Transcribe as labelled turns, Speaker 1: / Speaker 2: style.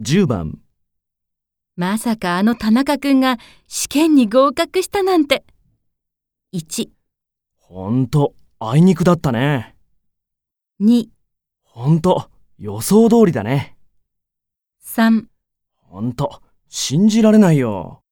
Speaker 1: 10番、
Speaker 2: まさかあの田中くんが試験に合格したなんて。1、
Speaker 1: ほんと、あいにくだったね。
Speaker 2: 2、
Speaker 1: ほんと、予想通りだね。
Speaker 2: 3。
Speaker 1: ほんと、信じられないよ。